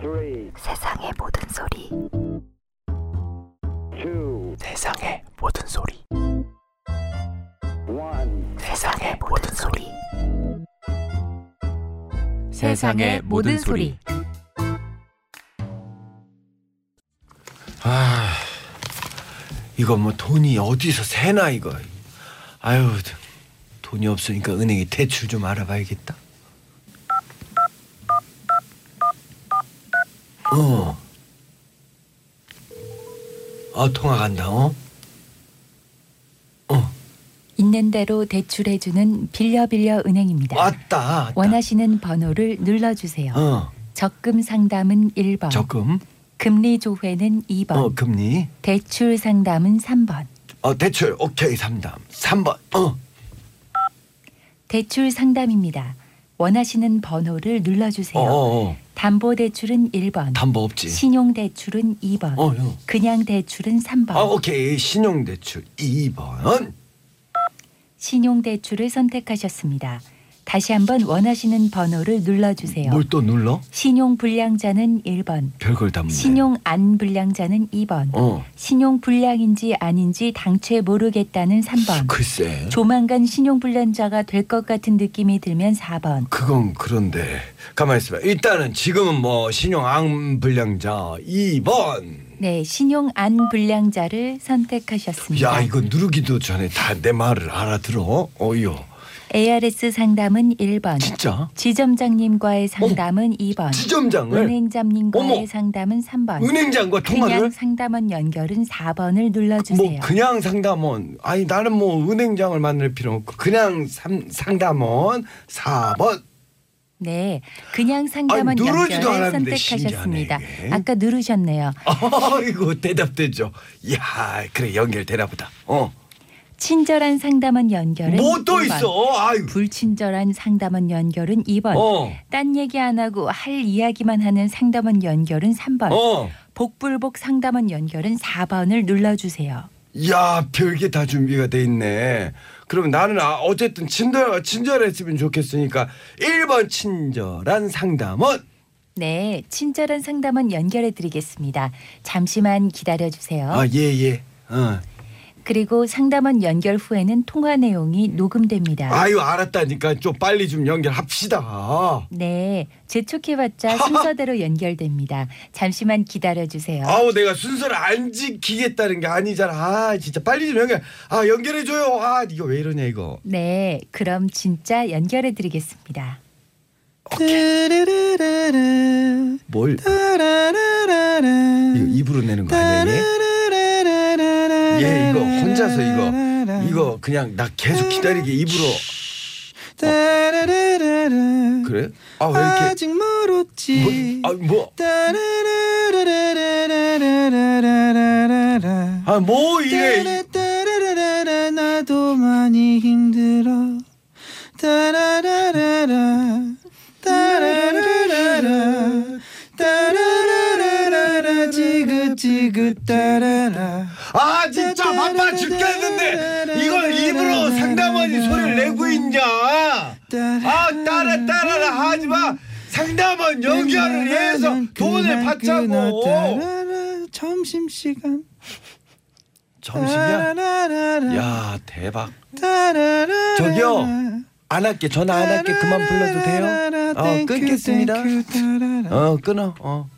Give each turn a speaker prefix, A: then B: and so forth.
A: three,
B: 세상의 모든 소리
A: two,
C: 세상의 모든 소리
A: one.
C: 세상의 모든 소리
D: 세상의 모든 소리.
E: 아, 이거 뭐 돈이 어디서 새나 이거. 아유, 돈이 없으니까 은행에 대출 좀 알아봐야겠다. 어. 어, 통화 간다. 어? 어,
D: 있는 대로 대출해주는 빌려빌려 은행입니다.
E: 왔다. 왔다.
D: 원하시는 번호를 눌러주세요.
E: 아, 어,
D: 적금 상담은 1번,
E: 적금.
D: 금리 조회는 2번,
E: 어, 금리.
D: 대출 상담은 3번.
E: 어, 대출. 오케이. 삼담삼번 어.
D: 대출 상담입니다. 원하시는 번호를
E: 어,
D: 눌러주세요.
E: 어, 어.
D: 담보 대출은 1번,
E: 담보 없지.
D: 신용 대출은 2번,
E: 어, 형.
D: 그냥 대출은 3번.
E: 아, 오케이. 신용대출 2번.
D: 신용 대출을 선택하셨습니다. 다시 한번 원하시는 번호를 눌러주세요.
E: 뭘 또 눌러?
D: 신용 불량자는 1번,
E: 별걸 다 묻네.
D: 신용 안 불량자는 2번,
E: 어.
D: 신용 불량인지 아닌지 당최 모르겠다는
E: 아,
D: 3번.
E: 글쎄.
D: 조만간 신용 불량자가 될 것 같은 느낌이 들면 4번.
E: 그건 그런데 가만히 있어봐. 일단은 지금은 뭐 신용 안 불량자 2번.
D: 네, 신용 안 불량자를 선택하셨습니다.
E: 야 이거 누르기도 전에 다 내 말을 알아들어. 어이요.
D: ARS 상담은 1번,
E: 진짜?
D: 지점장님과의 상담은 2번,
E: 지점장을
D: 은행장님과의
E: 어머.
D: 상담은 3번,
E: 은행장과
D: 그냥
E: 통화를
D: 상담원 연결은 4번을 눌러주세요.
E: 뭐 그냥 상담원 아니 나는 뭐 은행장을 만날 필요 없고 그냥 삼, 상담원 4번
D: 네, 그냥 상담원
E: 아니, 누르지도
D: 연결을
E: 않았는데
D: 선택하셨습니다.
E: 신기하네, 이게.
D: 아까 누르셨네요.
E: 아이고 대답되죠 야 그래 연결되나보다 어
D: 친절한 상담원 연결은
E: 뭐 또
D: 1번,
E: 있어 아이고
D: 불친절한 상담원 연결은 2번,
E: 어
D: 딴 얘기 안 하고 할 이야기만 하는 상담원 연결은 3번,
E: 어.
D: 복불복 상담원 연결은 4번을 눌러주세요.
E: 야, 별게 다 준비가 돼 있네. 그럼 나는 아, 어쨌든 친절 친절했으면 좋겠으니까 1번 친절한 상담원.
D: 네, 친절한 상담원 연결해 드리겠습니다. 잠시만 기다려 주세요.
E: 아, 예, 예. 어.
D: 그리고 상담원 연결 후에는 통화 내용이 녹음됩니다.
E: 아유, 알았다니까 좀 빨리 좀 연결합시다.
D: 네, 재촉해봤자 순서대로 연결됩니다. 잠시만 기다려 주세요.
E: 아우, 내가 순서를 안 지키겠다는 게 아니잖아. 아, 진짜 빨리 좀 연결. 아, 연결해 줘요. 아, 이거 왜 이러냐 이거.
D: 네, 그럼 진짜 연결해 드리겠습니다.
E: 뭘? 이거 입으로 내는 거 아니야, 얘? 얘 예, 이거 혼자서 이거 이거 어. 그냥 나 계속 기다리게 입으로
C: 따라라라라.
E: 그래? 아 왜 이렇게
C: 아직 멀었지
E: 뭐, 아 뭐?
C: 따라라라라라라라라.
E: 아 뭐 이래?
C: 따라라라라라. 나도 많이 힘들어 따라라라라 따라라라라 따라라라라 지긋지긋 따라라
E: 아 진짜 바빠 죽겠는데 이걸 입으로 상담원이 소리를 내고 있냐? 아 따라 따라라 하지 마. 상담원 연결을 해서 돈을 받자고.
C: 점심시간
E: 점심이야?
C: 따라라라.
E: 야 대박.
C: 따라라라.
E: 저기요. 안 할게 전화 안 할게 그만 불러도 돼요? 어
C: 땡큐,
E: 끊겠습니다.
C: 땡큐, 따라라.
E: 어 끊어. 어.